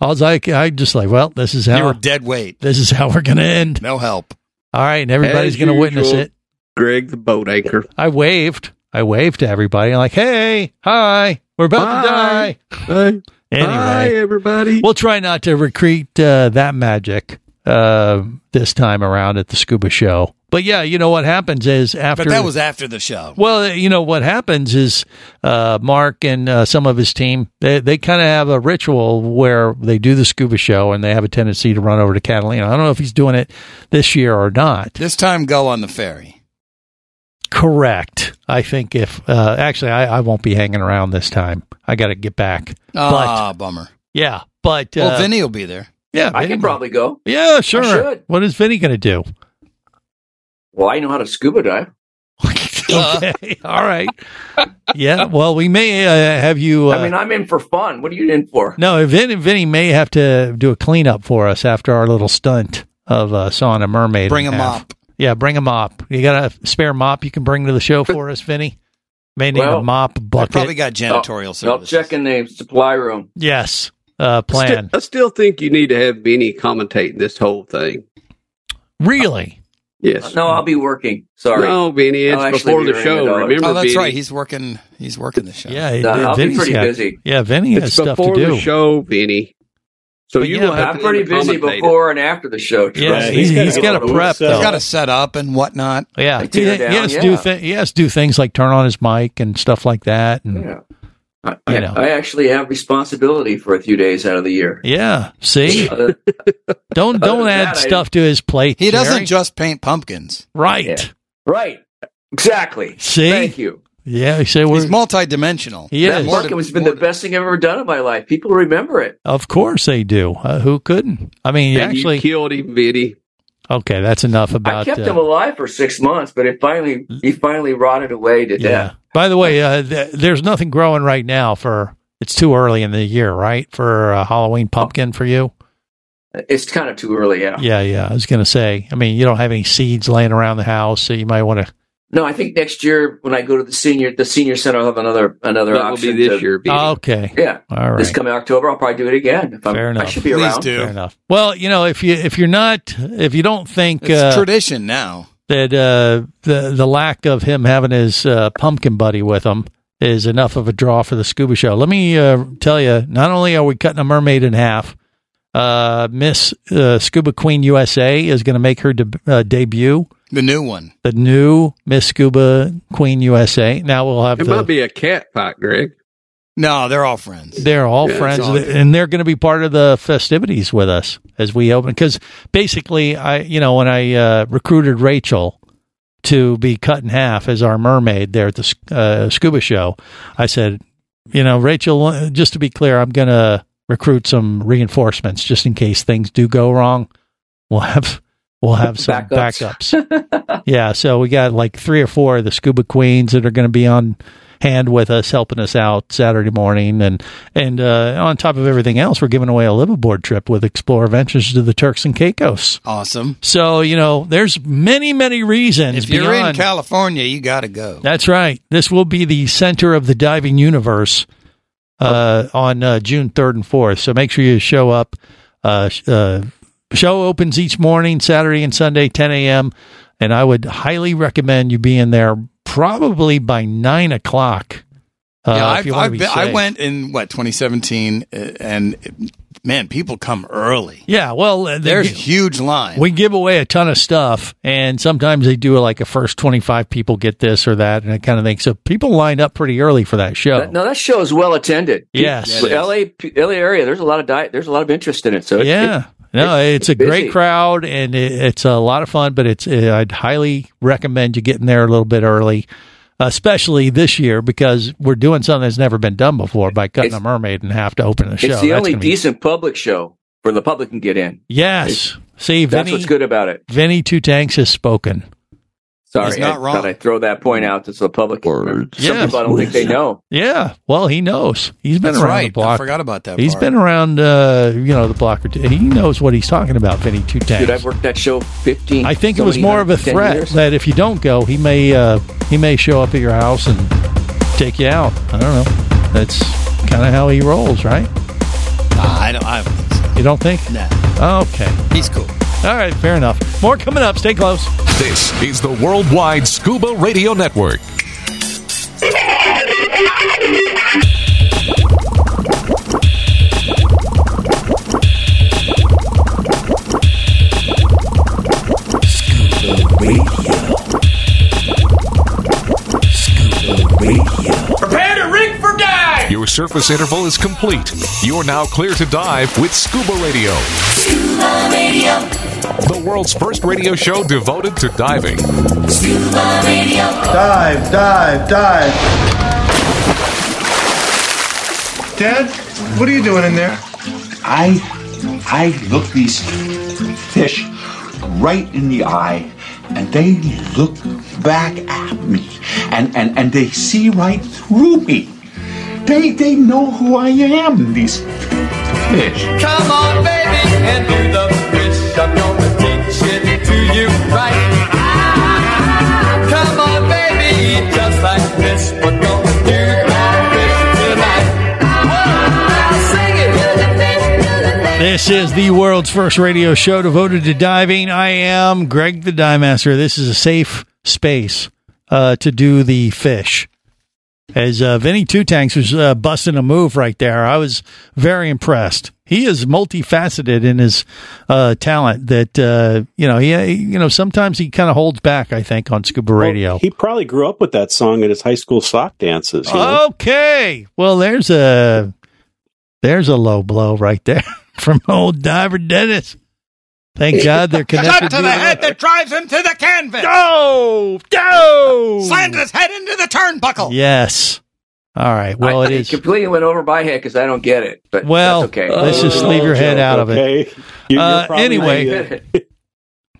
Speaker 1: I was like, I just like, well, this is
Speaker 12: you
Speaker 1: how
Speaker 12: were dead weight.
Speaker 1: this is how we're going to end.
Speaker 12: No help.
Speaker 1: All right. And everybody's
Speaker 4: As
Speaker 1: going to witness
Speaker 4: usual,
Speaker 1: it.
Speaker 4: Greg, the boat anchor.
Speaker 1: I waved. I waved to everybody. I'm like, hey, hi, we're about to die.
Speaker 4: Hi. Hey.
Speaker 1: Anyway.
Speaker 4: Hi, everybody.
Speaker 1: We'll try not to recreate uh, that magic uh, this time around at the scuba show. But yeah, you know what happens is after
Speaker 12: But that was after the show.
Speaker 1: well, you know what happens is uh, Mark and uh, some of his team they they kind of have a ritual where they do the scuba show and they have a tendency to run over to Catalina. I don't know if he's doing it this year or not.
Speaker 12: This time, go on the ferry.
Speaker 1: Correct. I think if uh, actually I, I won't be hanging around this time. I got to get back.
Speaker 12: Ah, bummer.
Speaker 1: But yeah, but uh,
Speaker 12: Well, Vinny will be there.
Speaker 1: yeah,
Speaker 15: I could
Speaker 1: Vinny-
Speaker 15: probably go.
Speaker 1: Yeah, sure.
Speaker 15: should.
Speaker 1: What is Vinny going to do?
Speaker 15: Well, I know how to scuba dive.
Speaker 1: okay. All right. Yeah. Well, we may uh, have you. Uh,
Speaker 15: I mean, I'm in for fun. What are you in for?
Speaker 1: no, Vinny, Vinny may have to do a cleanup for us after our little stunt of uh, sawing a mermaid. in
Speaker 12: Bring a
Speaker 1: half.
Speaker 12: mop.
Speaker 1: Yeah, bring a mop. You got a spare mop you can bring to the show for us, Vinny? May need a
Speaker 15: Well, Oh,
Speaker 1: mop
Speaker 12: I
Speaker 1: bucket.
Speaker 12: probably got janitorial
Speaker 15: I'll, I'll
Speaker 12: services.
Speaker 15: check in the supply room.
Speaker 1: yes. Uh, plan.
Speaker 4: Still- I still think you need to have Vinny commentate this whole thing.
Speaker 1: really?
Speaker 4: Yes.
Speaker 15: No, I'll be working. Sorry.
Speaker 4: No, Vinny, it's
Speaker 15: I'll actually
Speaker 4: before
Speaker 15: be
Speaker 4: the
Speaker 15: ringing
Speaker 4: show.
Speaker 15: the dog.
Speaker 4: Remember,
Speaker 12: Oh, that's
Speaker 4: Vinny,
Speaker 12: right. He's working. He's working the show.
Speaker 1: Yeah.
Speaker 15: No, I'll be
Speaker 1: Vinny's
Speaker 15: pretty
Speaker 1: got-
Speaker 15: busy.
Speaker 1: Yeah, Vinny
Speaker 4: it's
Speaker 1: has stuff to
Speaker 4: before the
Speaker 1: do.
Speaker 4: show, Vinny. So
Speaker 1: But
Speaker 4: you
Speaker 1: yeah,
Speaker 4: will have
Speaker 15: I'm
Speaker 4: to
Speaker 15: pretty busy
Speaker 4: commentate it.
Speaker 15: before and after the show. Trust
Speaker 1: Yeah,
Speaker 15: me.
Speaker 1: he's,
Speaker 2: He's gotta
Speaker 1: he's
Speaker 2: get
Speaker 1: got
Speaker 2: the
Speaker 1: to prep
Speaker 2: roots out.
Speaker 1: though.
Speaker 12: He's got to set up and whatnot.
Speaker 1: Oh, Yeah,
Speaker 15: Like tear
Speaker 1: he,
Speaker 15: down,
Speaker 1: he has to
Speaker 15: yeah.
Speaker 1: do thi- he has to do things like turn on his mic and stuff like that, and
Speaker 15: Yeah. I,
Speaker 1: You
Speaker 15: I-
Speaker 1: know.
Speaker 15: I actually have responsibility for a few days out of the year.
Speaker 1: yeah. See,
Speaker 15: Uh,
Speaker 1: don't
Speaker 15: Other
Speaker 1: don't
Speaker 15: than
Speaker 1: add
Speaker 15: that, I-
Speaker 1: stuff to his plate.
Speaker 12: He doesn't
Speaker 1: Jerry.
Speaker 12: just paint pumpkins.
Speaker 1: right.
Speaker 15: Yeah. right. Exactly.
Speaker 1: See?
Speaker 15: Thank you.
Speaker 1: Yeah, you say
Speaker 12: He's
Speaker 1: we're
Speaker 12: multidimensional.
Speaker 1: He
Speaker 12: Yeah,
Speaker 1: is.
Speaker 12: more
Speaker 15: Mark,
Speaker 12: than-
Speaker 15: it has been
Speaker 12: more
Speaker 15: the best thing I've ever done in my life. People remember it.
Speaker 1: of course they do. Uh, who couldn't? I mean,
Speaker 4: And
Speaker 1: actually,
Speaker 4: you killed him, Vinny.
Speaker 1: okay, that's enough about.
Speaker 15: I kept
Speaker 1: uh,
Speaker 15: him alive for six months, but it finally he finally rotted away to
Speaker 1: yeah.
Speaker 15: death.
Speaker 1: By the way, uh, th- there's nothing growing right now for. It's too early in the year, right, for uh, Halloween pumpkin for you?
Speaker 15: It's kind of too early now.
Speaker 1: Yeah, yeah. I was gonna say. I mean, you don't have any seeds laying around the house, so you might want to.
Speaker 15: No, I think next year when I go to the senior the senior center, I'll have another another
Speaker 4: That will be
Speaker 15: option.
Speaker 4: this
Speaker 15: to-
Speaker 4: year, Vinny.
Speaker 1: Okay.
Speaker 15: Yeah,
Speaker 1: All right.
Speaker 15: this coming October, I'll probably do it again. If I'm,
Speaker 1: Fair
Speaker 15: I
Speaker 1: enough.
Speaker 15: should be
Speaker 12: Please
Speaker 15: around.
Speaker 12: do.
Speaker 1: Fair enough. Well, you know, if you if you're not if you don't think
Speaker 12: It's
Speaker 1: uh,
Speaker 12: tradition now.
Speaker 1: that uh, the the lack of him having his uh, pumpkin buddy with him is enough of a draw for the scuba show, let me uh, tell you. Not only are we cutting a mermaid in half, Uh, Miss uh, Scuba Queen USA is going to make her de- uh, debut.
Speaker 12: The new one.
Speaker 1: The new Miss Scuba Queen USA. Now we'll have
Speaker 4: It
Speaker 1: the-
Speaker 4: might be a cat fight, Greg.
Speaker 12: No, they're all friends.
Speaker 1: They're all
Speaker 4: Yeah,
Speaker 1: friends,
Speaker 4: it's all-
Speaker 1: and they're going to be part of the festivities with us as we open. Because basically, I you know when I uh, recruited Rachel to be cut in half as our mermaid there at the sc- uh, scuba show, I said, you know, Rachel, uh, just to be clear, I'm going to recruit some reinforcements just in case things do go wrong. We'll have we'll have some backups. Yeah, so we got like three or four of the scuba queens that are going to be on hand with us, helping us out Saturday morning, and and uh, on top of everything else, we're giving away a liveaboard trip with Explorer Ventures to the Turks and Caicos.
Speaker 12: Awesome.
Speaker 1: So you know, there's many many reasons.
Speaker 12: If you're in
Speaker 1: beyond-
Speaker 12: California, you got to go.
Speaker 1: that's right. This will be the center of the diving universe uh, on uh, June 3rd and 4th. So make sure you show up. Uh, sh- uh, show opens each morning, Saturday and Sunday, 10 a.m. And I would highly recommend you being there probably by 9 o'clock. Uh,
Speaker 12: yeah,
Speaker 1: if
Speaker 12: I've,
Speaker 1: you want to
Speaker 12: I've
Speaker 1: be
Speaker 12: been- I
Speaker 1: safe.
Speaker 12: went in what 2017, uh, and man, people come early.
Speaker 1: Yeah, well, uh, they
Speaker 12: There's
Speaker 1: gi-
Speaker 12: huge line.
Speaker 1: we give away a ton of stuff, and sometimes they do like a first 25 people get this or that and that kind of thing. So people lined up pretty early for that show.
Speaker 15: That- no, that show is well attended.
Speaker 1: Yes.
Speaker 15: The LA, p- LA area. There's a lot of diet. There's a lot of interest in it. So it-
Speaker 1: yeah.
Speaker 15: it-
Speaker 1: no, it's, a
Speaker 15: busy.
Speaker 1: great crowd and it, it's a lot of fun, but it's uh, I'd highly recommend you getting there a little bit early, especially this year because we're doing something that's never been done before by cutting a mermaid in half to open the show.
Speaker 15: it's the
Speaker 1: That's
Speaker 15: only
Speaker 1: gonna be-
Speaker 15: decent public show where the public can get in.
Speaker 1: yes. See,
Speaker 15: That's
Speaker 1: Vinny,
Speaker 15: what's good about it.
Speaker 1: Vinny Two Tanks has spoken.
Speaker 15: Sorry,
Speaker 12: He's not
Speaker 15: I
Speaker 12: wrong.
Speaker 15: thought I'd throw that point out to the public. Some
Speaker 1: Yes.
Speaker 15: people I don't think they know.
Speaker 1: Yeah. Well, he knows. He's been
Speaker 12: That's
Speaker 1: around
Speaker 12: right.
Speaker 1: the block.
Speaker 12: I forgot about that.
Speaker 1: He's
Speaker 12: part.
Speaker 1: been around, uh, you know, the block or two. He knows what he's talking about, Vinny Two Tanks.
Speaker 15: Dude, I've worked that show 15.
Speaker 1: I think it
Speaker 15: so
Speaker 1: was
Speaker 15: many
Speaker 1: more of a
Speaker 15: hundred- 10
Speaker 1: threat
Speaker 15: years.
Speaker 1: that if you don't go, he may uh, he may show up at your house and take you out. I don't know. That's kind of how he rolls, right?
Speaker 12: Nah, I don't. I don't think so.
Speaker 1: You don't think? Oh,
Speaker 12: Nah.
Speaker 1: Okay.
Speaker 12: He's cool.
Speaker 1: All right. Fair enough. More coming up. Stay close.
Speaker 6: This is the Worldwide Scuba Radio Network.
Speaker 13: Prepare to rig for dive!
Speaker 6: Your surface interval is complete. You're now clear to dive with Scuba Radio,
Speaker 7: Scuba Radio.
Speaker 6: the world's first radio show devoted to diving.
Speaker 7: Scuba Radio.
Speaker 8: Dive, dive, dive.
Speaker 14: Dad, what are you doing in there?
Speaker 16: I I look these fish right in the eye and they look back at me and, and, and they see right through me. They they know who I am, these fish.
Speaker 13: Come on, baby, and do the fish. I'm gonna teach it to you right. Ah, Come on, baby, eat just like this. We're gonna do our fish tonight. Ah, sing it. Do the fish, do the fish.
Speaker 1: This is the world's first radio show devoted to diving. I am Greg the Dive Master. This is a safe space uh, to do the fish. As uh, Vinny Two Tanks was uh, busting a move right there, I was very impressed. He is multifaceted in his uh, talent. That uh, you know, he you know sometimes he kind of holds back. I think on scuba radio.
Speaker 2: He probably grew up with that song at his high school sock dances. you know?
Speaker 1: Oh. Okay. Well, there's a there's a low blow right there from old diver Dennis. Thank God they're connected.
Speaker 12: Shot to the head that drives him to the canvas.
Speaker 1: Go! Go!
Speaker 12: Slammed his head into the turnbuckle.
Speaker 1: Yes. All right. Well, it is.
Speaker 15: Completely went over my head because I don't get it. But
Speaker 1: Well,
Speaker 15: that's okay. Oh,
Speaker 1: let's just leave your head out of it.
Speaker 2: Okay. You- you're
Speaker 1: Uh,
Speaker 2: probably-
Speaker 1: anyway.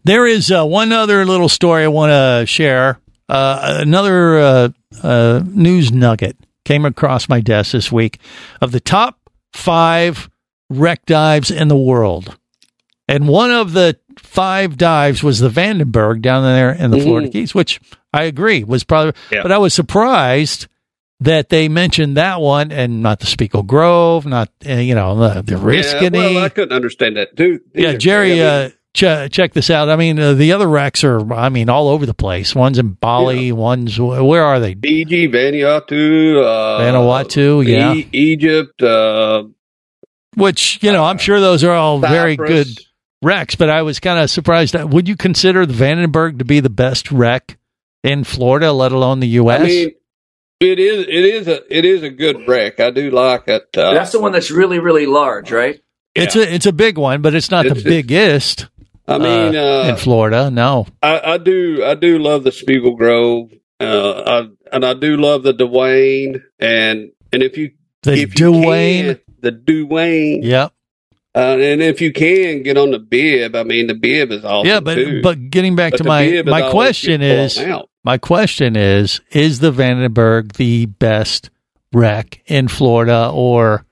Speaker 1: There is uh, one other little story I want to share. Uh, another uh, uh, news nugget came across my desk this week of the top five wreck dives in the world. And one of the five dives was the Vandenberg down there in the
Speaker 4: Mm-hmm.
Speaker 1: Florida Keys, which I agree was probably, but I was surprised that they mentioned that one and not the Spiegel Grove, not, uh, you know, the, the Riskany.
Speaker 4: Yeah, well, I couldn't understand that too.
Speaker 1: Yeah,
Speaker 4: either.
Speaker 1: Jerry,
Speaker 4: I mean,
Speaker 1: uh, ch- check this out. I mean, uh, the other wrecks are, I mean, all over the place. One's in Bali. One's where are they?
Speaker 4: Fiji, Vanuatu, uh,
Speaker 1: Vanuatu. yeah,
Speaker 4: E- Egypt, uh,
Speaker 1: which you know, I'm sure those are all very good wrecks. But I was kind of surprised. That, would you consider the Vandenberg to be the best wreck in Florida, let alone the U.S.?
Speaker 4: I mean, it is it is a it is a good wreck. I do like it. Uh,
Speaker 15: that's the one that's really really large, right?
Speaker 1: it's a it's a big one, but it's not
Speaker 4: It's-
Speaker 1: the biggest.
Speaker 4: I mean, uh,
Speaker 1: in Florida, no.
Speaker 4: I, I do I do love the Spiegel Grove, uh, I, and I do love the Dwayne, and and if you
Speaker 1: The
Speaker 4: if
Speaker 1: Duane.
Speaker 4: can, the Duane,
Speaker 1: Yep.
Speaker 4: uh, and if you can get on the bib, I mean the bib is awesome.
Speaker 1: yeah, but
Speaker 4: too.
Speaker 1: but getting back
Speaker 4: But
Speaker 1: to
Speaker 4: the
Speaker 1: my
Speaker 4: bib is
Speaker 1: my
Speaker 4: always
Speaker 1: question
Speaker 4: getting
Speaker 1: is
Speaker 4: blown out.
Speaker 1: my question is is the Vandenberg the best wreck in Florida or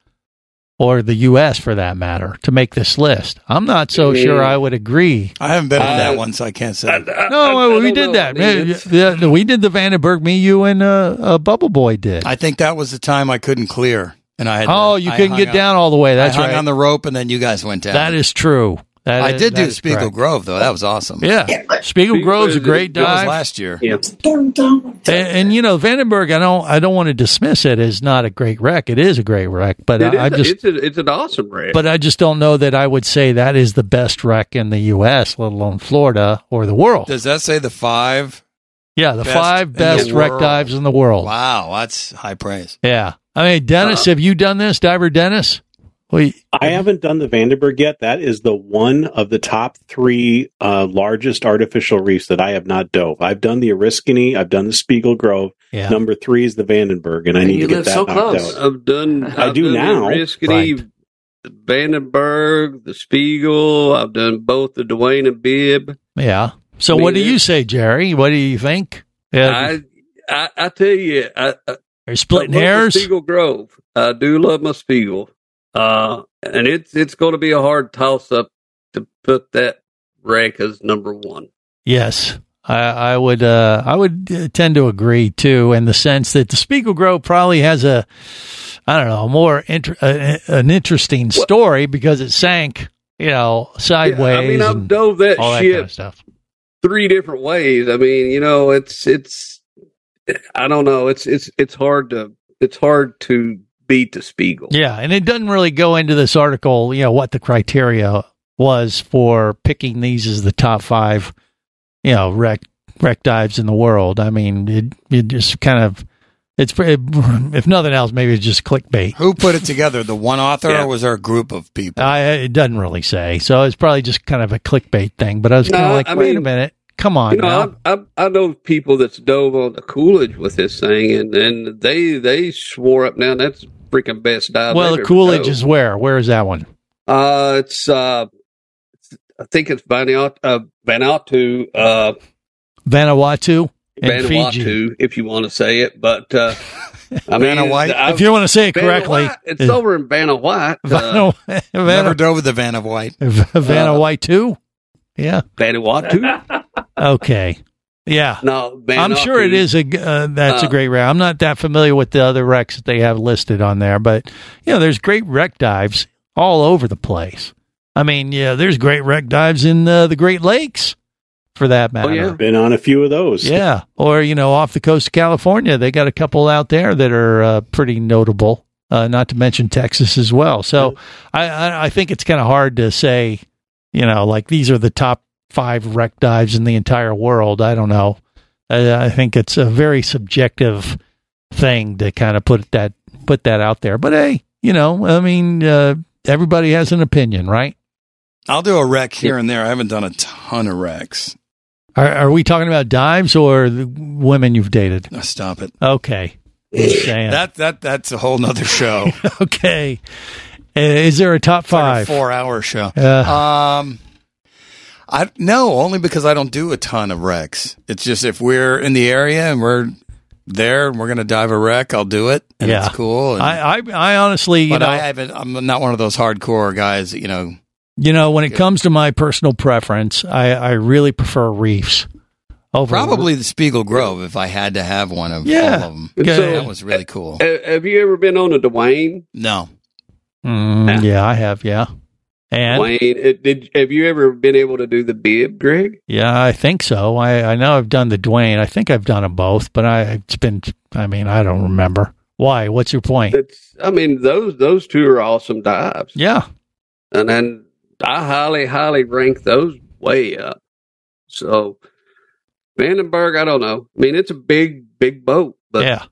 Speaker 1: or the U.S. for that matter to make this list? I'm not so
Speaker 12: Yeah.
Speaker 1: sure I would agree.
Speaker 12: I haven't been on that
Speaker 1: Uh,
Speaker 12: one, so I can't say.
Speaker 1: No,
Speaker 12: I- I
Speaker 1: we
Speaker 12: don't
Speaker 1: did
Speaker 12: know.
Speaker 1: that.
Speaker 12: I mean,
Speaker 1: Yeah, yeah, no, we did the Vandenberg. Me, you, and uh, uh, Bubble Boy did.
Speaker 12: I think that was the time I couldn't clear, and I had. to-
Speaker 1: oh, you
Speaker 12: I
Speaker 1: couldn't
Speaker 12: hung
Speaker 1: get
Speaker 12: on-
Speaker 1: down all the way. That's
Speaker 12: I hung
Speaker 1: right.
Speaker 12: on the rope, and then you guys went down.
Speaker 1: that is true. That
Speaker 12: I
Speaker 1: is-
Speaker 12: did
Speaker 1: that
Speaker 12: do
Speaker 1: is
Speaker 12: Spiegel
Speaker 1: correct.
Speaker 12: Grove though. That was awesome.
Speaker 1: Yeah, Spiegel Grove's a great
Speaker 12: That was
Speaker 1: dive.
Speaker 12: last year.
Speaker 1: And, and you know Vandenberg, I don't, I don't want to dismiss it as not a great wreck. It is a great wreck, but
Speaker 4: It
Speaker 1: I, I
Speaker 4: is a-
Speaker 1: just,
Speaker 4: it's, a, it's an awesome wreck.
Speaker 1: but I just don't know that I would say that is the best wreck in the U.S., let alone Florida or the world.
Speaker 12: Does that say the five?
Speaker 1: Yeah, the
Speaker 12: best
Speaker 1: five
Speaker 12: in the
Speaker 1: best wreck
Speaker 12: world?
Speaker 1: dives in the world.
Speaker 12: Wow, that's high praise.
Speaker 1: Yeah, I mean
Speaker 4: Uh,
Speaker 1: Dennis, have you done this, diver Dennis? Wait,
Speaker 2: I haven't done the Vandenberg yet. That is the one of the top three uh, largest artificial reefs that I have not dove. I've done the Oriskany, I've done the Spiegel Grove.
Speaker 1: Yeah.
Speaker 2: Number three is the Vandenberg, and I need to get that knocked out.
Speaker 4: I've done.
Speaker 2: I
Speaker 4: I've done
Speaker 2: do now.
Speaker 4: The Riskety, the Vandenberg, the Spiegel. I've done both the Dwayne and Bib.
Speaker 1: yeah. So
Speaker 4: Me
Speaker 1: what do
Speaker 4: neither.
Speaker 1: you say, Jerry? What do you think? Uh, Yeah,
Speaker 4: I, I I tell you, I, I
Speaker 1: are splitting
Speaker 4: I love
Speaker 1: hairs?
Speaker 4: The Spiegel Grove. I do love my Spiegel, uh, and it's it's going to be a hard toss up to put that rank as number one.
Speaker 1: Yes, I, I would. Uh, I would uh, tend to agree too, in the sense that the Spiegel Grove probably has a, I don't know, more inter- uh, an interesting story because it sank, you know, sideways.
Speaker 4: I mean, I've
Speaker 1: and
Speaker 4: dove that
Speaker 1: all that
Speaker 4: ship
Speaker 1: kind of stuff.
Speaker 4: three different ways. I mean, you know, it's it's I don't know. It's it's it's hard to it's hard to beat the Spiegel.
Speaker 1: Yeah, and it doesn't really go into this article, you know, what the criteria was for picking these as the top five, you know, wreck wreck dives in the world. I mean, it it just kind of it's if nothing else, maybe it's just clickbait.
Speaker 12: Who put it together? The one author,
Speaker 1: Yeah.
Speaker 12: or was there a group of people?
Speaker 1: I, it doesn't really say. So it's probably just kind of a clickbait thing. But I was kind of
Speaker 4: No,
Speaker 1: like,
Speaker 4: I
Speaker 1: wait a
Speaker 4: mean,
Speaker 1: minute, come on
Speaker 4: You know,
Speaker 1: now.
Speaker 4: I, I I know people that's dove on the Coolidge with this thing, and and they they swore up now that's freaking best dive.
Speaker 1: well,
Speaker 4: they've
Speaker 1: the
Speaker 4: ever
Speaker 1: Coolidge
Speaker 4: dove.
Speaker 1: is where? Where is that one?
Speaker 4: Uh, it's uh, it's- I think it's Vanuatu, uh, Vanuatu, uh,
Speaker 1: Vanuatu in Fiji.
Speaker 4: Vanuatu, if you want to say it. But uh, I mean,
Speaker 12: Vanuatu?
Speaker 4: I've-
Speaker 1: If you want to say it correctly,
Speaker 4: Vanuatu, it's over in Vanuatu.
Speaker 1: Vanu-
Speaker 4: Uh,
Speaker 12: Never
Speaker 1: Vanu-
Speaker 12: drove with the van of white.
Speaker 1: Vanuatu. Yeah.
Speaker 4: Vanuatu.
Speaker 1: Okay. Yeah.
Speaker 4: No, Vanuatu.
Speaker 1: I'm sure it is a g- uh, that's a
Speaker 4: Uh,
Speaker 1: great wreck. I'm not that familiar with the other wrecks that they have listed on there, but you know, there's great wreck dives all over the place. I mean, yeah, there's great wreck dives in uh, the Great Lakes, for that matter.
Speaker 2: I've been on a few of those.
Speaker 1: Oh, Yeah, or you know, off the coast of California, they got a couple out there that are uh, pretty notable. Uh, not to mention Texas as well. So I, I, I think it's kind of hard to say, you know, like these are the top five wreck dives in the entire world. I don't know. I, I think it's a very subjective thing to kind of put that put that out there. But hey, you know, I mean, uh, everybody has an opinion, right?
Speaker 12: I'll do a wreck here and there. I haven't done a ton of wrecks.
Speaker 1: Are, are we talking about dives or the women you've dated?
Speaker 12: Oh, stop it.
Speaker 1: Okay. Just saying.
Speaker 12: That that that's a whole nother show.
Speaker 1: okay. Uh, Is there a top five?
Speaker 12: Four hour show.
Speaker 1: Yeah.
Speaker 12: Um I no, only because I don't do a ton of wrecks. It's just if we're in the area and we're there and we're gonna dive a wreck, I'll do it. And
Speaker 1: Yeah.
Speaker 12: it's cool. And,
Speaker 1: I, I, I honestly, you
Speaker 12: but
Speaker 1: know,
Speaker 12: I haven't I'm not one of those hardcore guys that, you know
Speaker 1: you know, when it comes to my personal preference, I, I really prefer reefs over
Speaker 12: probably the Spiegel Grove if I had to have one of
Speaker 1: Yeah.
Speaker 12: all of them.
Speaker 1: Okay.
Speaker 12: that was really cool.
Speaker 4: Uh, Have you ever been on a Dwayne?
Speaker 12: No.
Speaker 1: Mm, yeah, I have. Yeah, and
Speaker 4: Dwayne, uh, did have you ever been able to do the bib, Greg?
Speaker 1: yeah, I think so. I, I know I've done the Dwayne. I think I've done them both, but I it's been. I mean, I don't remember Why? What's your point?
Speaker 4: It's, I mean, those those two are awesome dives.
Speaker 1: Yeah,
Speaker 4: and then I highly, highly rank those way up. So Vandenberg, I don't know. I mean, it's a big, big boat. But
Speaker 1: yeah.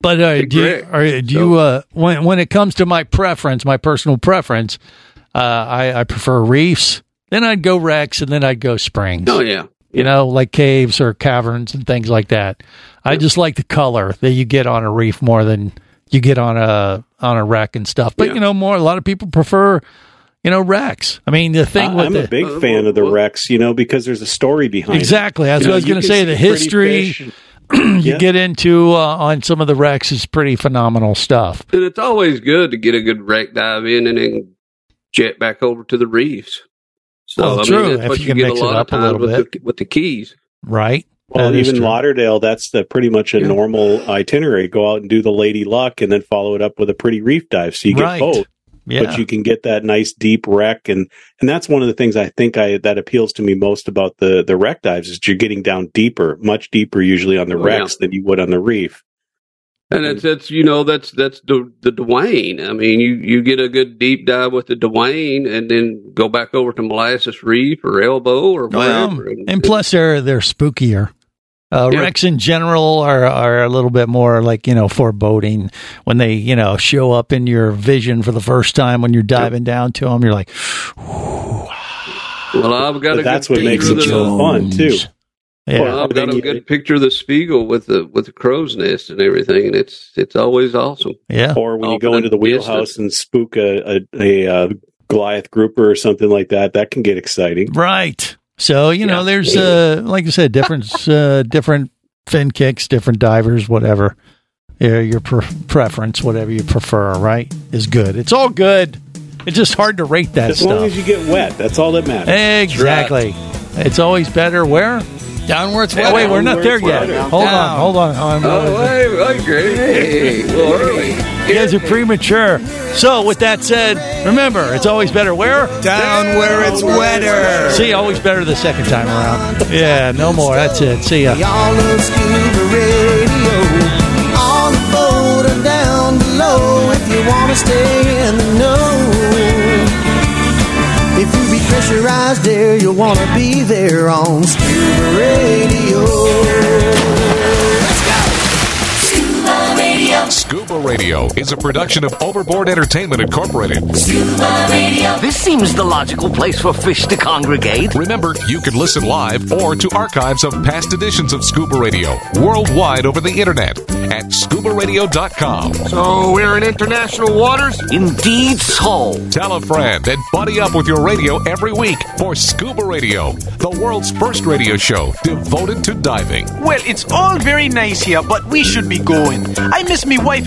Speaker 1: But uh, do you, are, do you uh, when when it comes to my preference, my personal preference, uh, I, I prefer reefs. Then I'd go wrecks, and then I'd go springs.
Speaker 4: Oh yeah,
Speaker 1: you know, like caves or caverns and things like that. I just like the color that you get on a reef more than you get on a on a wreck and stuff. But
Speaker 4: Yeah.
Speaker 1: you know, more a lot of people prefer, you know, wrecks. I mean, the thing
Speaker 2: I,
Speaker 1: with
Speaker 2: am
Speaker 1: the,
Speaker 2: a big fan of the wrecks, you know, because there's a story behind
Speaker 1: exactly.
Speaker 2: it.
Speaker 1: That's
Speaker 2: You
Speaker 1: what
Speaker 2: know,
Speaker 1: I was
Speaker 2: you
Speaker 1: going to
Speaker 2: can
Speaker 1: say.
Speaker 2: see
Speaker 1: The
Speaker 2: pretty
Speaker 1: history
Speaker 2: fish.
Speaker 1: you
Speaker 2: Yeah.
Speaker 1: get into uh, on some of the wrecks is pretty phenomenal stuff.
Speaker 4: And it's always good to get a good wreck dive in and then jet back over to the reefs. So
Speaker 1: Well,
Speaker 4: I mean,
Speaker 1: true,
Speaker 4: that's
Speaker 1: if
Speaker 4: what
Speaker 1: you
Speaker 4: you,
Speaker 1: can
Speaker 4: get a
Speaker 1: mix it
Speaker 4: lot of
Speaker 1: up a
Speaker 4: times
Speaker 1: little
Speaker 4: with the,
Speaker 1: bit.
Speaker 4: with the keys.
Speaker 1: Right.
Speaker 2: Well,
Speaker 1: That
Speaker 2: and
Speaker 1: is
Speaker 2: even
Speaker 1: true.
Speaker 2: Lauderdale, that's the pretty much a normal itinerary. Go out and do the lady luck, and then follow it up with a pretty reef dive, so you get
Speaker 1: Right.
Speaker 2: both.
Speaker 1: Yeah.
Speaker 2: But you can get that nice deep wreck, and and that's one of the things I think I that appeals to me most about the the wreck dives is you're getting down deeper, much deeper usually on the
Speaker 4: Oh,
Speaker 2: wrecks than you would on the reef.
Speaker 4: And it's that's you know that's that's the the Dwayne. I mean, you you get a good deep dive with the Dwayne, and then go back over to Molasses Reef or Elbow or
Speaker 1: Well,
Speaker 2: um,
Speaker 4: whatever. and,
Speaker 1: and plus they're they're spookier. Uh,
Speaker 4: Yeah.
Speaker 1: Wrecks in general are are a little bit more like you know foreboding when they you know show up in your vision for the first time when you're diving down to them. You're like,
Speaker 4: well, I've got
Speaker 2: But
Speaker 4: a
Speaker 2: that's
Speaker 4: good
Speaker 2: what makes
Speaker 4: picture
Speaker 2: it
Speaker 4: of
Speaker 2: so
Speaker 4: the-
Speaker 2: fun too.
Speaker 1: Yeah.
Speaker 4: Well, I've got a good picture of the Spiegel with the with the crow's nest and everything, and it's it's always awesome.
Speaker 1: Yeah.
Speaker 2: Or when you
Speaker 4: Open
Speaker 2: go into the
Speaker 4: and distant.
Speaker 2: wheelhouse and spook a a, a, uh Goliath grouper or something like that, that can get exciting.
Speaker 1: Right. So you know, there's uh, like you said, different uh, different fin kicks, different divers, whatever. Yeah, your pre- preference, whatever you prefer, right, is good. It's all good. It's just hard to rate that
Speaker 2: as
Speaker 1: stuff.
Speaker 2: long as you get wet, that's all that matters.
Speaker 1: Exactly. It's always better where?
Speaker 12: Downwards
Speaker 1: Hey, wait, we're not there yet. Hold on, hold on. hold on.
Speaker 4: Oh, I agree. Hey, well, early.
Speaker 1: You guys are premature. So, with that said, remember, it's always better where?
Speaker 12: Down where it's wetter.
Speaker 1: See, always better the second time around. Yeah, no more. That's it. See ya.
Speaker 13: Y'all love scuba radio. On the boat or down below if you want to stay in the know. If you be pressurized there, you'll want to be there on scuba radio.
Speaker 7: Scuba Radio.
Speaker 6: Scuba Radio is a production of Overboard Entertainment Incorporated.
Speaker 7: Scuba Radio.
Speaker 17: This seems the logical place for fish to congregate.
Speaker 6: Remember, you can listen live or to archives of past editions of Scuba Radio worldwide over the internet at scubaradio.com.
Speaker 9: So we're in international waters?
Speaker 6: Indeed, so. Tell a friend and buddy up with your radio every week for Scuba Radio, the world's first radio show devoted to diving.
Speaker 18: Well, it's all very nice here, but we should be going. I miss me wife